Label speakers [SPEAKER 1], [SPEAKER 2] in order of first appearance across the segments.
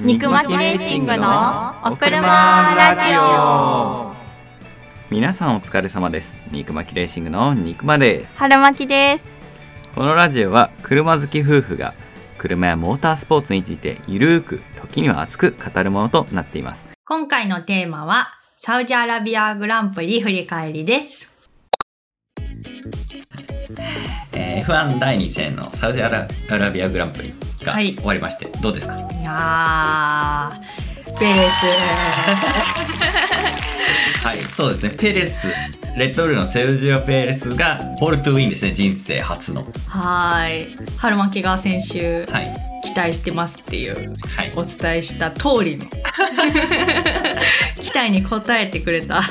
[SPEAKER 1] 肉巻きレーシングのお車ラジオ
[SPEAKER 2] 皆さんお疲れ様です肉巻きレーシングの肉まです
[SPEAKER 1] 春巻きです
[SPEAKER 2] このラジオは車好き夫婦が車やモータースポーツについてゆるーく時には熱く語るものとなっています
[SPEAKER 3] 今回のテーマは、サウジアラビアグランプリ振り返りです。
[SPEAKER 2] えー F1 第2戦のサウジアラアラビアグランプリが
[SPEAKER 3] はい
[SPEAKER 2] 終わりまして、どうですか
[SPEAKER 3] いやー、ベレス。
[SPEAKER 2] はいそうですねペレスレッドブルのセルジオ・ペレスがボルトゥウィンですね人生初の
[SPEAKER 3] はーい。春巻きが先週、
[SPEAKER 2] はい
[SPEAKER 3] 期待してますっていう、
[SPEAKER 2] はい
[SPEAKER 3] お伝えした通 りの、期待に応えてくれた
[SPEAKER 2] は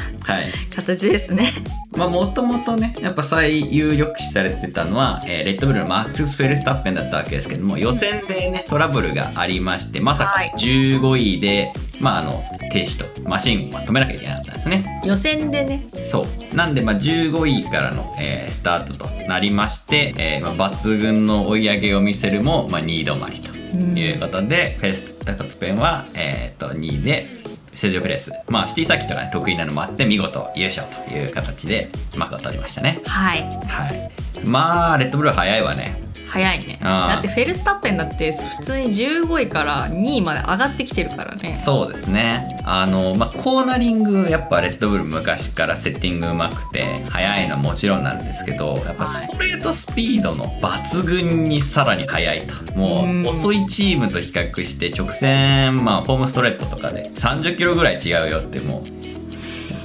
[SPEAKER 2] い
[SPEAKER 3] 形ですね。
[SPEAKER 2] まあもともとねやっぱ最有力視されてたのは、えーレッドブルのマックス・フェルスタッペンだったわけですけども予選でねトラブルがありましてまさ
[SPEAKER 3] はい
[SPEAKER 2] か15位で、まああの停止とマシンを止めなきゃいけなかったんですね
[SPEAKER 3] 予選でね、
[SPEAKER 2] そうなんでまあ15位からの、えースタートとなりまして、えーまあ、抜群の追い上げを見せるも、まあ、2位止まりと
[SPEAKER 3] うん
[SPEAKER 2] いうことで、フェルスタッペンは、えー、と2位でセルジオ・ペレス、まあ、シティサーキットが、ね、得意なのもあって見事優勝という形で幕を取りましたね
[SPEAKER 3] はい。
[SPEAKER 2] はいまあレッドブルは早いわね
[SPEAKER 3] 早いね。
[SPEAKER 2] あー
[SPEAKER 3] だってフェルスタッペンだって普通に15位から2位まで上がってきてるからね。
[SPEAKER 2] そうですねあの、まあ、コーナリングやっぱレッドブル昔からセッティングうまくて速いのはもちろんなんですけどやっぱ
[SPEAKER 3] はい
[SPEAKER 2] ストレートスピードの抜群にさらに速いとも
[SPEAKER 3] うん
[SPEAKER 2] う遅いチームと比較して直線まあホームストレートとかで30キロぐらい違うよってもう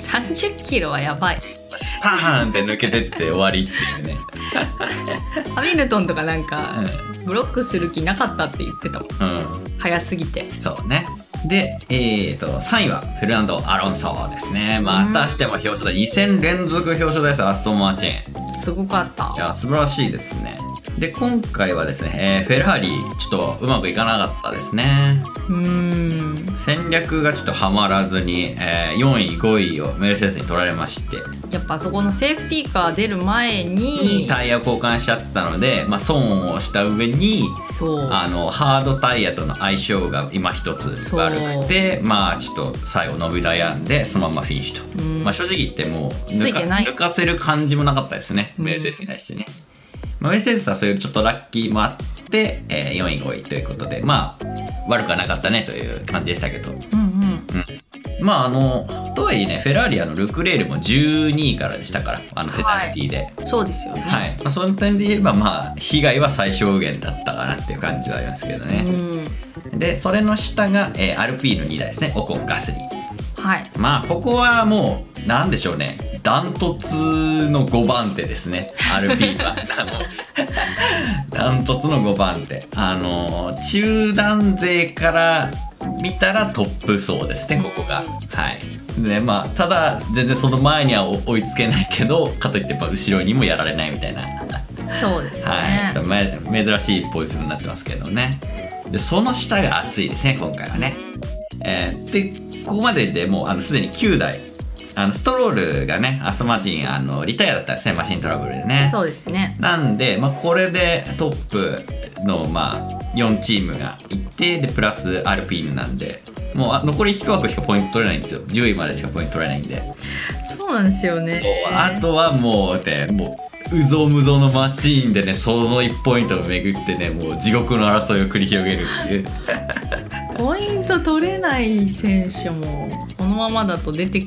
[SPEAKER 3] 30キロはや ばい。
[SPEAKER 2] スパーンって抜けてって終わりっていうね、
[SPEAKER 3] ハミルトンとかなんか、ブロックする気なかったって言ってたもん
[SPEAKER 2] うん、うん、
[SPEAKER 3] 早すぎて
[SPEAKER 2] そうねで、えー、と3位はフェルナンド・アロンソですねまたしても表彰台2戦連続表彰台ですアストン・マーチン
[SPEAKER 3] すごかった
[SPEAKER 2] いや素晴らしいですねで今回はですね、えーフェラーリちょっとうまくいかなかったですね
[SPEAKER 3] うーん
[SPEAKER 2] 戦略がちょっとはまらずに、えー4位5位をメルセデスに取られまして
[SPEAKER 3] やっぱそこのセーフティーカー出る前
[SPEAKER 2] に
[SPEAKER 3] に
[SPEAKER 2] タイヤ交換しちゃってたので、まあ、損をした上に
[SPEAKER 3] そう
[SPEAKER 2] あのハードタイヤとの相性が今一つ悪くてまあちょっと最後伸び悩んでそのままフィニッシュと、
[SPEAKER 3] うん
[SPEAKER 2] まあ、正直言ってもう
[SPEAKER 3] つ
[SPEAKER 2] 抜
[SPEAKER 3] い
[SPEAKER 2] か
[SPEAKER 3] てない
[SPEAKER 2] 抜かせる感じもなかったですね
[SPEAKER 3] うん
[SPEAKER 2] メルセデスに対してね、まあ、メルセデスはそういうちょっとラッキーもあって、えー4位5位ということでまあ悪くはなかったねという感じでしたけど
[SPEAKER 3] うんうん
[SPEAKER 2] まああのとはいえねフェラーリあのルクレールも12位からでしたからあのペナルティで。
[SPEAKER 3] そうですよね、
[SPEAKER 2] はい、まあ、その点で言えばまあ被害は最小限だったかなっていう感じではありますけど
[SPEAKER 3] う
[SPEAKER 2] ね、
[SPEAKER 3] ん
[SPEAKER 2] でそれの下が、えーアルピーの2台ですねオコンガスリー
[SPEAKER 3] はい
[SPEAKER 2] まあここはもうなんでしょうねダントツの5番手ですねアルピーはあのダントツの5番手あの中団勢から見たらトップ層ですねここがはいでまあただ全然その前には追いつけないけどかといってやっぱ後ろにもやられないみたいな
[SPEAKER 3] そうですね、
[SPEAKER 2] はい、ちょっとめ珍しいポジションになってますけどねでその下が熱いですね今回はね、えーでここまででもうあのすでに9台あのストロールがねアストンマーチンあのリタイアだったんですねマシントラブルでね
[SPEAKER 3] そうですね
[SPEAKER 2] なんで、まあ、これでトップの、まあ、4チームがいてでプラスアルピーヌなんでもうあ残り1枠しかポイント取れないんですよ10位までしかポイント取れないんで
[SPEAKER 3] そうなんですよね
[SPEAKER 2] そうあとはもうねもううぞうむぞうのマシーンでねその1ポイントを巡ってねもう地獄の争いを繰り広げるっていう
[SPEAKER 3] ポイント取れない選手もこのままだと出て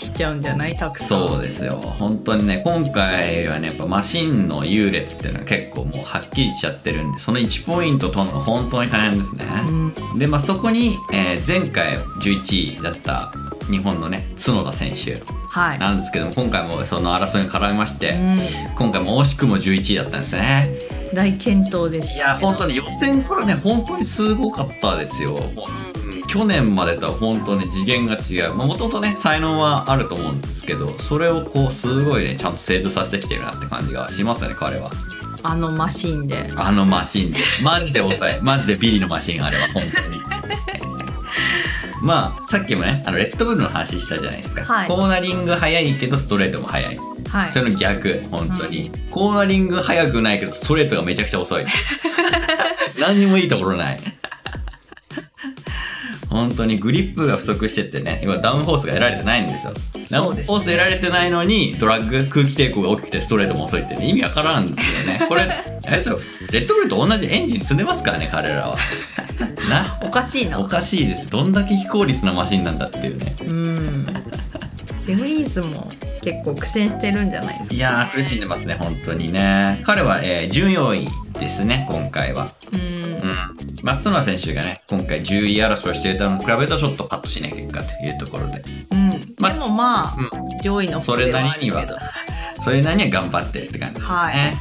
[SPEAKER 3] きちゃうんじゃないたくさん
[SPEAKER 2] そうですよ本当にね今回はねやっぱマシンの優劣っていうのは結構もうはっきりしちゃってるんでその1ポイント取るのが本当に大変ですね、
[SPEAKER 3] うん
[SPEAKER 2] で、まあ、そこに、えー前回11位だった日本のね角田選手
[SPEAKER 3] はい
[SPEAKER 2] なんですけども今回もその争いに絡みまして、
[SPEAKER 3] う
[SPEAKER 2] 今回も惜しくも11位だったんですね
[SPEAKER 3] ん、大健闘です
[SPEAKER 2] いや本当に予選からね本当にすごかったですよ、うん去年までとは本当に次元が違うもともとね才能はあると思うんですけどそれをこうすごいねちゃんと成長させてきてるなって感じがしますよね彼は
[SPEAKER 3] あのマシンで
[SPEAKER 2] あのマシンでマジで抑えマジでビリのマシンあれは本当にまあさっきもねあのレッドブルの話したじゃないですか、
[SPEAKER 3] はい
[SPEAKER 2] コーナリング速いけどストレートも速い
[SPEAKER 3] はい
[SPEAKER 2] それの逆本当に、コーナリング速くないけどストレート がめちゃくちゃ遅い何にもいいところない本当にグリップが不足しててね要はダウンフォースが得られてないんですよダウ
[SPEAKER 3] そう
[SPEAKER 2] ン
[SPEAKER 3] で
[SPEAKER 2] フ
[SPEAKER 3] す
[SPEAKER 2] ォ
[SPEAKER 3] ね
[SPEAKER 2] ース得られてないのにドラッグ空気抵抗が大きくてストレートも遅いってね意味わからんですよねこれあれですよレッドブルと同じエンジン積んでますからね彼ら はな
[SPEAKER 3] おかしいな
[SPEAKER 2] おかしいですどんだけ非効率なマシンなんだっていうね
[SPEAKER 3] うんデブリーズも結構苦戦してるんじゃないですか
[SPEAKER 2] いやー苦しんでますね本当にね彼は、えー、14位ですね今回は
[SPEAKER 3] うん
[SPEAKER 2] うん、松村選手がね今回10位争いしていたのに比べるとちょっとパッとしない結果というところで、
[SPEAKER 3] うん、
[SPEAKER 2] ま
[SPEAKER 3] でもまあ、
[SPEAKER 2] う
[SPEAKER 3] 上位の方
[SPEAKER 2] それ
[SPEAKER 3] で
[SPEAKER 2] な
[SPEAKER 3] はあ
[SPEAKER 2] りに
[SPEAKER 3] るけ
[SPEAKER 2] は
[SPEAKER 3] ど
[SPEAKER 2] それなりには頑張ってって感じですね、
[SPEAKER 3] はい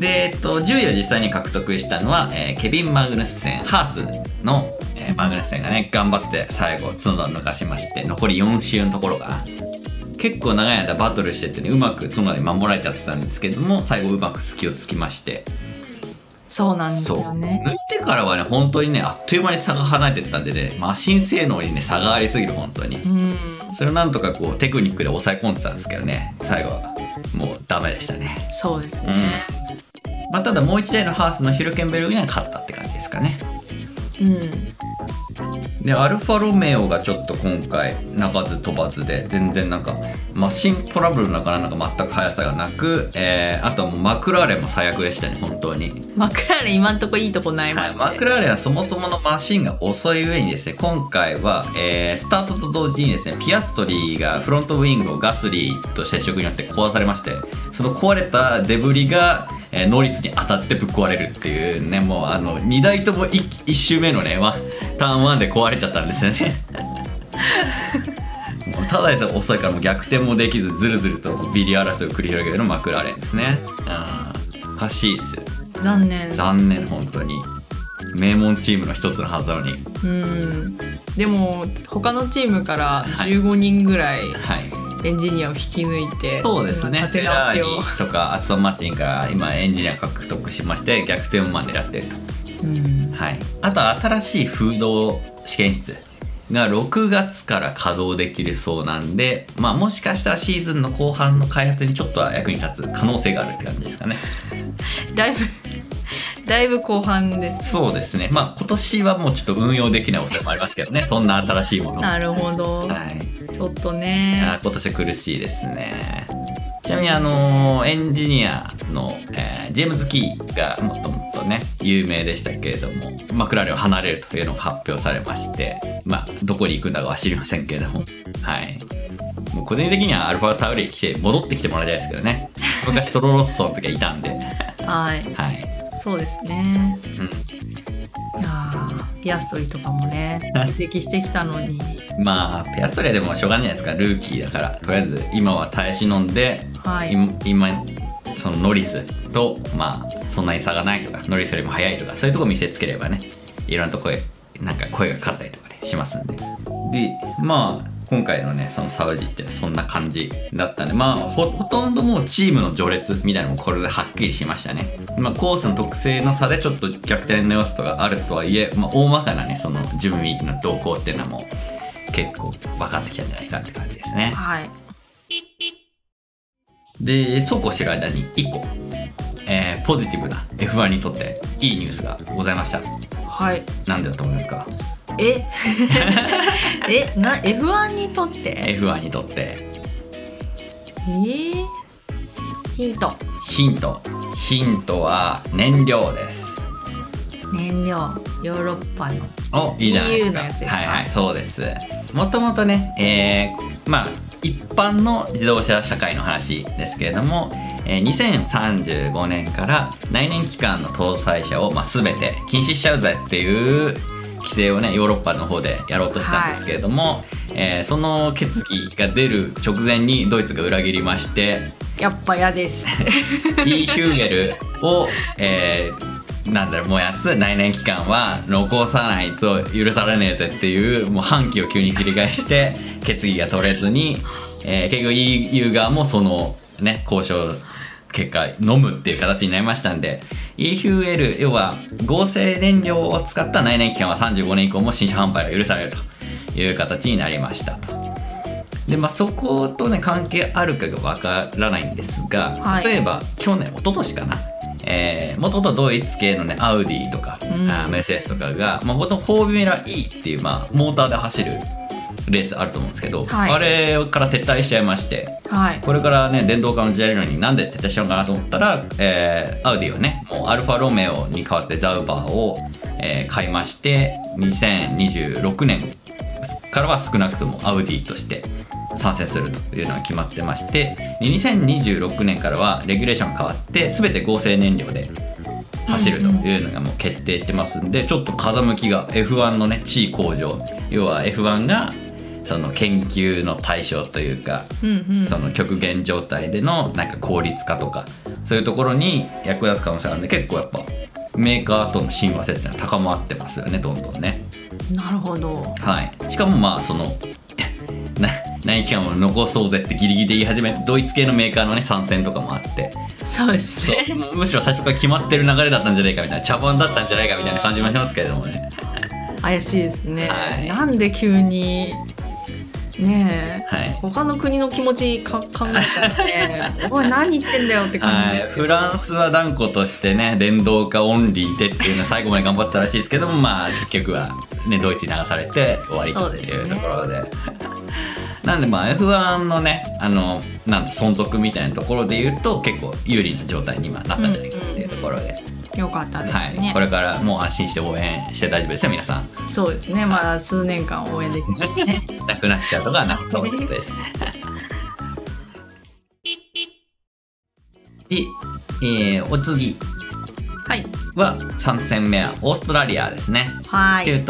[SPEAKER 2] で、えっと、10位を実際に獲得したのは、えーケビン・マグヌスセンハースの、えーマグヌスセンがね頑張って最後角田抜かしまして残り4周のところかな結構長い間バトルしててねうまく角田に守られちゃってたんですけども最後うまく隙をつきまして
[SPEAKER 3] そうなんです
[SPEAKER 2] そう
[SPEAKER 3] よね
[SPEAKER 2] 抜いてからはね本当にねあっという間に差が離れてったんでねマシン性能にね差がありすぎる本当に
[SPEAKER 3] うん
[SPEAKER 2] それをなんとかこうテクニックで抑え込んでたんですけどね最後はもうダメでしたね、
[SPEAKER 3] そうですね
[SPEAKER 2] まあ、ただもう一台のハースのヒルケンベルグには勝ったって感じですかね
[SPEAKER 3] うん、
[SPEAKER 2] でアルファロメオがちょっと今回鳴かず飛ばずで全然なんかマシントラブルなのかななんか全く速さがなく、えーあとはもうマクラーレンも最悪でしたね本当に
[SPEAKER 3] マクラーレン今んとこいいとこない
[SPEAKER 2] は
[SPEAKER 3] ま
[SPEAKER 2] い、
[SPEAKER 3] す
[SPEAKER 2] マクラーレンはそもそものマシンが遅い上にですね今回は、えースタートと同時にですねピアストリーがフロントウィングをガスリーと接触によって壊されましてその壊れたデブリが、えー、ノリツに当たってぶっ壊れるっていうねもうあの2台とも 1, 周目のねワンターン1で壊れちゃったんですよね。 もうただでさえ遅いからもう逆転もできずずるずるとビリ争いを繰り広げるのマクラーレンですね。うん、おかしいですよ
[SPEAKER 3] 残念
[SPEAKER 2] 残念本当に名門チームの一つのはずなのに
[SPEAKER 3] うんでも他のチームから15人ぐらい
[SPEAKER 2] はい
[SPEAKER 3] エンジニアを引き抜いて、
[SPEAKER 2] そうですね
[SPEAKER 3] 今立
[SPEAKER 2] フ
[SPEAKER 3] て
[SPEAKER 2] ェ
[SPEAKER 3] 直
[SPEAKER 2] ラー
[SPEAKER 3] し
[SPEAKER 2] リ
[SPEAKER 3] を、
[SPEAKER 2] とかアストンマーチンから今エンジニア獲得しまして逆転をまあ狙ってると
[SPEAKER 3] うん、
[SPEAKER 2] はいあとは新しいフード試験室が6月から稼働できるそうなんで、まあ、もしかしたらシーズンの後半の開発にちょっとは役に立つ可能性があるって感じですかね
[SPEAKER 3] だいぶだいぶ後半です
[SPEAKER 2] そうですねまあ今年はもうちょっと運用できない恐れもありますけどねそんな新しいもの
[SPEAKER 3] なるほど、
[SPEAKER 2] はい
[SPEAKER 3] ちょっと
[SPEAKER 2] あ
[SPEAKER 3] ね
[SPEAKER 2] ー今年苦しいですねちなみにあのーエンジニアの、えージェームズ・キーがもっともっとね有名でしたけれどもマクラーレンを離れるというのが発表されましてまあどこに行くんだかは知りませんけれども はいもう個人的にはアルファタウリに来て戻ってきてもらいたいですけどね 昔トロロッソの時はいたんで
[SPEAKER 3] はい
[SPEAKER 2] はい、
[SPEAKER 3] そうですね
[SPEAKER 2] う
[SPEAKER 3] いやーピアストリーとかもね移籍してきたのに
[SPEAKER 2] ん、まあペアストレでもしょうがないじゃないですかルーキーだからとりあえず今は耐え忍んで
[SPEAKER 3] はい
[SPEAKER 2] 今今そのノリスとまあそんなに差がないとかノリスよりも速いとかそういうとこ見せつければねいろんなとこへなんか声がかかったりとかねしますんででまあ今回のねそのサウジってそんな感じだったんでまあほほとんどもうチームの序列みたいなのもこれではっきりしましたね、まあ、コースの特性の差でちょっと逆転の要素とかあるとはいえ、まあ、大まかなねその順位の動向っていうのはもう結構分かってきたんじゃないかって感じですね
[SPEAKER 3] はい
[SPEAKER 2] でそうこうしてる間に1個、えーポジティブな F1 にとっていいニュースがございました
[SPEAKER 3] はい
[SPEAKER 2] なんでだと思いますか
[SPEAKER 3] え えな F1 にとってえ
[SPEAKER 2] F1 にとって
[SPEAKER 3] ー、ヒント
[SPEAKER 2] ヒントヒントは燃料です
[SPEAKER 3] 燃料ヨーロッパの
[SPEAKER 2] おいいじゃないです
[SPEAKER 3] EU の
[SPEAKER 2] か
[SPEAKER 3] やつですか
[SPEAKER 2] はいはいそうですもともとね、えーまあ一般の自動車社会の話ですけれども、えー2035年から内燃機関の搭載車を、まあ、全て禁止しちゃうぜっていう規制をねヨーロッパの方でやろうとしたんですけれども、えーその決議が出る直前にドイツが裏切りまして
[SPEAKER 3] やっぱ嫌です
[SPEAKER 2] イーヒューゲルを、えーなんだろう燃やす内燃機関は残さないと許されねえぜっていうもう反旗を急に繰り返して決議が取れずに、えー結局 EU 側もそのね交渉結果飲むっていう形になりましたんで EFL 要は合成燃料を使った内燃機関は35年以降も新車販売が許されるという形になりましたと。でまあ、そことね関係あるかがわからないんですが、
[SPEAKER 3] はい
[SPEAKER 2] 例えば去年一昨年かなえー、もともとドイツ系のねアウディとか、
[SPEAKER 3] ん
[SPEAKER 2] あーメルセデスとかがもともとフォービュラー E っていう、まあ、モーターで走るレースあると思うんですけど、
[SPEAKER 3] はい
[SPEAKER 2] あれから撤退しちゃいまして
[SPEAKER 3] はい
[SPEAKER 2] これからね電動化の時代なのになんで撤退しようかなと思ったら、えーアウディはねもうアルファロメオに代わってザウバーを、えー買いまして2026年からは少なくともアウディとして参戦するというのが決まってましてで2026年からはレギュレーション変わって全て合成燃料で走るというのがもう決定してますんで、ちょっと風向きが F1 のね地位向上要は F1 がその研究の対象というか
[SPEAKER 3] うんうん
[SPEAKER 2] その極限状態でのなんか効率化とかそういうところに役立つ可能性があるんで結構やっぱメーカーとの親和性っていうのは高まってますよねどんどんね。
[SPEAKER 3] なるほど
[SPEAKER 2] はい、しかもまあその な内期間を残そうぜってギリギリで言い始めてドイツ系のメーカーのね参戦とかもあって
[SPEAKER 3] そうです
[SPEAKER 2] そ
[SPEAKER 3] ね
[SPEAKER 2] うもうむしろ最初から決まってる流れだったんじゃないかみたいな茶番だったんじゃないかみたいな感じもしますけれどもね。
[SPEAKER 3] 怪しいですね、
[SPEAKER 2] はい
[SPEAKER 3] なんで急にねえ、
[SPEAKER 2] はい
[SPEAKER 3] 他の国の気持ちか考えたらねおい何言ってんだよって感
[SPEAKER 2] は
[SPEAKER 3] じ
[SPEAKER 2] い、
[SPEAKER 3] ですけ
[SPEAKER 2] フ
[SPEAKER 3] ど、
[SPEAKER 2] ランスは断固としてね電動化オンリーでっていうのを最後まで頑張ってたらしいですけどもまあ結局は、ね、ドイツに流されて終わりって
[SPEAKER 3] そう
[SPEAKER 2] い
[SPEAKER 3] です
[SPEAKER 2] う
[SPEAKER 3] ね
[SPEAKER 2] ところで。なんでまあ F1 のねあのなんだ存続みたいなところで言うと結構有利な状態に今なったんじゃないかっていうところで、
[SPEAKER 3] よかったです
[SPEAKER 2] はい
[SPEAKER 3] ね、
[SPEAKER 2] これからもう安心して応援して大丈夫ですよ皆さん
[SPEAKER 3] そうですねまだ数年間応援できますね
[SPEAKER 2] なくなっちゃうとかはなくそういうことですね。 で、えーお次
[SPEAKER 3] はい
[SPEAKER 2] は3戦目はオーストラリアですね。
[SPEAKER 3] は
[SPEAKER 2] 中
[SPEAKER 3] い
[SPEAKER 2] 東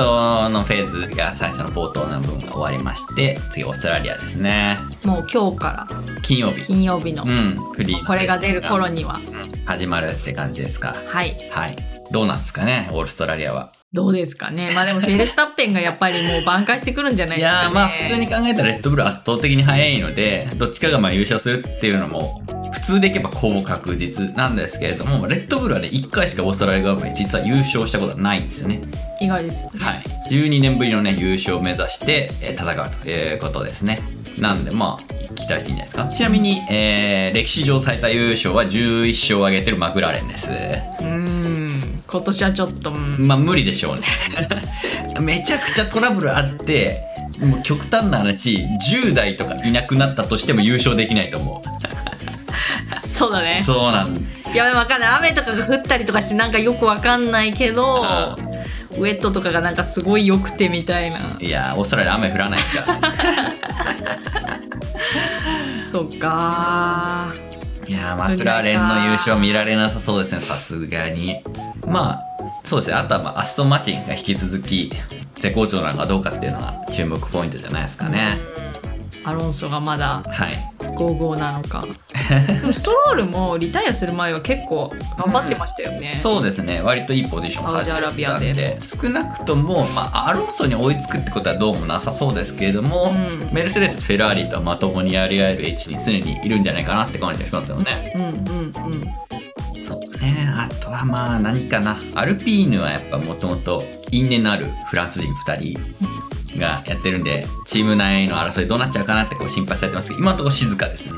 [SPEAKER 2] のフェーズが最初の冒頭の部分が終わりまして次オーストラリアですね
[SPEAKER 3] もう今日から
[SPEAKER 2] 金曜日
[SPEAKER 3] 金曜日の、
[SPEAKER 2] うんフリー
[SPEAKER 3] これが出る頃には
[SPEAKER 2] 始まるって感じですか
[SPEAKER 3] はい
[SPEAKER 2] はいどうなんですかねオーストラリアは
[SPEAKER 3] どうですかねまあでもフェルスタッペンがやっぱりもう挽回してくるんじゃない
[SPEAKER 2] い
[SPEAKER 3] ですか、ね、
[SPEAKER 2] やーまあ普通に考えたらレッドブル圧倒的に速いのでどっちかがまあ優勝するっていうのも普通でいけばほぼ確実なんですけれどもレッドブルはね1回しかオーストラリア側が実は優勝したことはないんですよね
[SPEAKER 3] 意外ですよね
[SPEAKER 2] はい、12年ぶりのね優勝を目指して、えー戦うということですねなんでまあ期待していいんじゃないですかちなみに、えー歴史上最多優勝は11勝を挙げてるマクラーレンです
[SPEAKER 3] うーん今年はちょっと、うん
[SPEAKER 2] まあ無理でしょうね めちゃくちゃトラブルあってもう極端な話10代とかいなくなったとしても優勝できないと思
[SPEAKER 3] そうだね
[SPEAKER 2] うそうなん
[SPEAKER 3] いやわかんない雨とかが降ったりとかしてなんかよくわかんないけど
[SPEAKER 2] あ
[SPEAKER 3] ウェットとかがなんかすごい良くてみたいない
[SPEAKER 2] やーオーストラリア雨降らないですからね
[SPEAKER 3] そっか
[SPEAKER 2] いやーマクラーレンの優勝見られなさそうですねさすがにまあそうですねあとは、まあ、アストン・マチンが引き続き絶好調なのかどうかっていうのが注目ポイントじゃないですかね
[SPEAKER 3] アロンソがまだ
[SPEAKER 2] はい
[SPEAKER 3] 55なの かでもストロールもリタイアする前は結構頑張ってましたよね、
[SPEAKER 2] そうですね割といいポジションを走ってたん
[SPEAKER 3] サウジアラビア
[SPEAKER 2] で少なくとも、まあ、アロンソに追いつくってことはどうもなさそうですけれども、
[SPEAKER 3] うん
[SPEAKER 2] メルセデスフェラーリとはまともにやり合える位置に常にいるんじゃないかなって感じがしますよね、
[SPEAKER 3] うんうんうん
[SPEAKER 2] そうねあとはまあ何かなアルピーヌはやっぱもともと因縁のあるフランス人2人がやってるんでチーム内の争いどうなっちゃうかなってこう心配されてますけど今のところ静かですね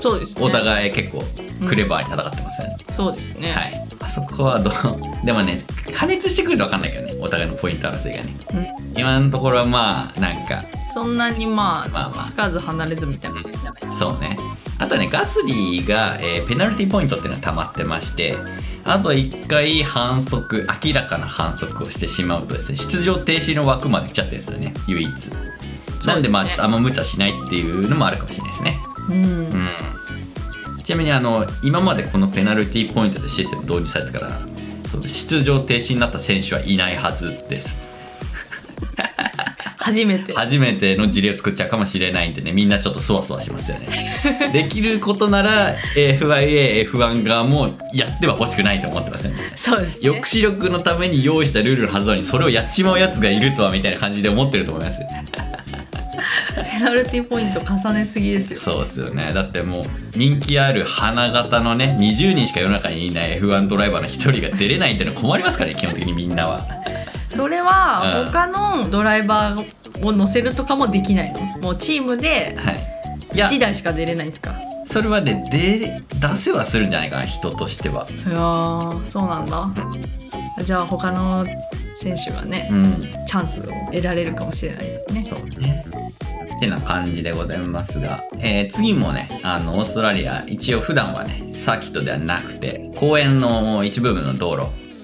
[SPEAKER 3] そうですね
[SPEAKER 2] お互い結構クレバーに戦ってますよね、
[SPEAKER 3] そうですね、
[SPEAKER 2] はいあそこはどう でもね加熱してくると分かんないけどねお互いのポイント争いがね
[SPEAKER 3] うん
[SPEAKER 2] 今のところはまあなんか
[SPEAKER 3] そんなにまあ、
[SPEAKER 2] まあまあ
[SPEAKER 3] つかず離れずみたいな感じじゃないですか
[SPEAKER 2] そうね。あとね、ガスリーが、えーペナルティポイントっていうのが溜まってまして、あと1回反則、明らかな反則をしてしまうとですね、出場停止の枠まで来ちゃってるんですよね、唯一。なんでまあ、ちょっとあんま無茶しないっていうのもあるかもしれないですね。
[SPEAKER 3] うん
[SPEAKER 2] うん。ちなみにあの、今までこのペナルティポイントでシステム導入されてから、そう出場停止になった選手はいないはずです。
[SPEAKER 3] 初め て
[SPEAKER 2] 初めての事例を作っちゃうかもしれないんでねみんなちょっとそわそわしますよねできることなら FIAF1 側もやっては欲しくないと思ってますよね
[SPEAKER 3] そうですね
[SPEAKER 2] 抑止力のために用意したルールのはずなのにそれをやっちまうやつがいるとはみたいな感じで思ってると思います
[SPEAKER 3] ペナルティポイント重ねすぎですよ
[SPEAKER 2] そうですよねだってもう人気ある花形のね20人しか世の中にいない F1 ドライバーの1人が出れないっていうのは困りますからね基本的にみんなは
[SPEAKER 3] それ
[SPEAKER 2] う
[SPEAKER 3] は
[SPEAKER 2] ん
[SPEAKER 3] 他のドライバーを乗せるとかもできないのもうチームで
[SPEAKER 2] はいいや
[SPEAKER 3] 1台しか出れないんですか
[SPEAKER 2] それはねで出せはするんじゃないかな人としては。
[SPEAKER 3] いやーそうなんだじゃあ他の選手はね
[SPEAKER 2] うん
[SPEAKER 3] チャンスを得られるかもしれないですね
[SPEAKER 2] そうね。ってな感じでございますが、えー次もねあのオーストラリア一応普段はねサーキットではなくて公園の一部分の道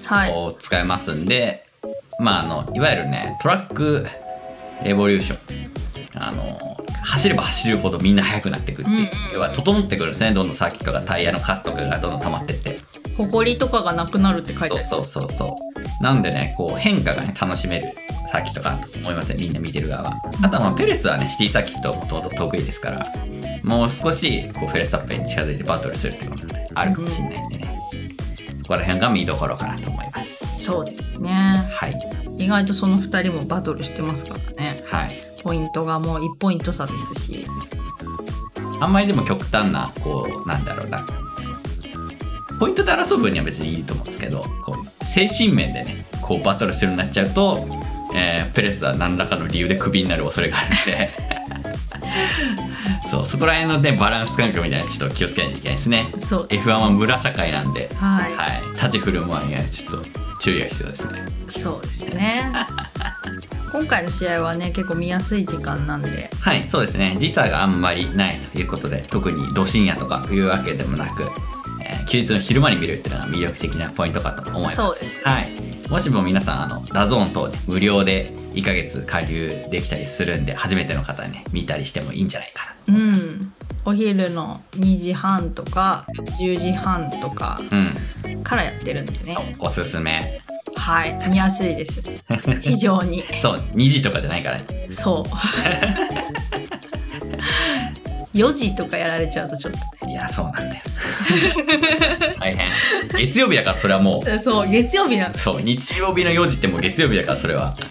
[SPEAKER 3] はい
[SPEAKER 2] 路を使いますんで、まああのいわゆるねトラックレボリューションあの走れば走るほどみんな速くなってくっていう、
[SPEAKER 3] うんうん
[SPEAKER 2] 要は整ってくるんですねどんどんサーキットがタイヤのカスとかがどんどん溜まってって
[SPEAKER 3] ほこりとかがなくなるって書いてある
[SPEAKER 2] そうそうそうそうなんでねこう変化がね楽しめるサーキットかなと思いますねみんな見てる側はあとはまあペレスはねシティサーキットもともと得意ですからもう少しこうフェレスタッペンに近づいてバトルするってこともねあるかもしれないんでねそこら辺が見どころかなと思います
[SPEAKER 3] そうですね
[SPEAKER 2] はい
[SPEAKER 3] 意外とその2人もバトルしてますからね
[SPEAKER 2] はい
[SPEAKER 3] ポイントがもう1ポイント差ですし
[SPEAKER 2] あんまりでも極端なこうなんだろうなポイントで争う分には別にいいと思うんですけどこう精神面でねこうバトルするようになっちゃうと、えーペレスは何らかの理由でクビになる恐れがあるんで そうそこら辺のねバランス感覚みたいなのちょっと気をつけないといけないですね
[SPEAKER 3] そうです
[SPEAKER 2] F1 は村社会なんで、
[SPEAKER 3] はい、
[SPEAKER 2] はい、立ち振る舞いにはちょっと注意が必要ですね
[SPEAKER 3] そうです ね今回の試合はね結構見やすい時間なんで
[SPEAKER 2] はいそうですね時差があんまりないということで特にど深夜とかいうわけでもなく、えー休日の昼間に見るっていうのが魅力的なポイントかと思います
[SPEAKER 3] そうですね
[SPEAKER 2] はい、もしも皆さんあのダゾーン等で無料で1ヶ月加入できたりするんで初めての方はね見たりしてもいいんじゃないかな
[SPEAKER 3] うんお昼の2時半とか10時半とか
[SPEAKER 2] うん、
[SPEAKER 3] からやってるんでね
[SPEAKER 2] そうおすすめ
[SPEAKER 3] はい見やすいです 非常に
[SPEAKER 2] そう2時とかじゃないからね
[SPEAKER 3] そう4時とかやられちゃうとちょっと
[SPEAKER 2] いやそうなんだ よ大変月曜日だからそれはも
[SPEAKER 3] えそう月曜日なん
[SPEAKER 2] う
[SPEAKER 3] です
[SPEAKER 2] そう日曜日の4時ってもう月曜日だからそれは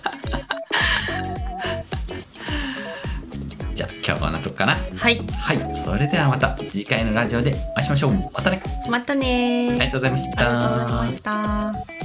[SPEAKER 2] じゃあ今日はこんなとこかな
[SPEAKER 3] はい
[SPEAKER 2] はいそれではまた次回のラジオでお会いしましょうまたね
[SPEAKER 3] またねー
[SPEAKER 2] ありがとうございまし
[SPEAKER 3] ありがとうご
[SPEAKER 2] た
[SPEAKER 3] ざいました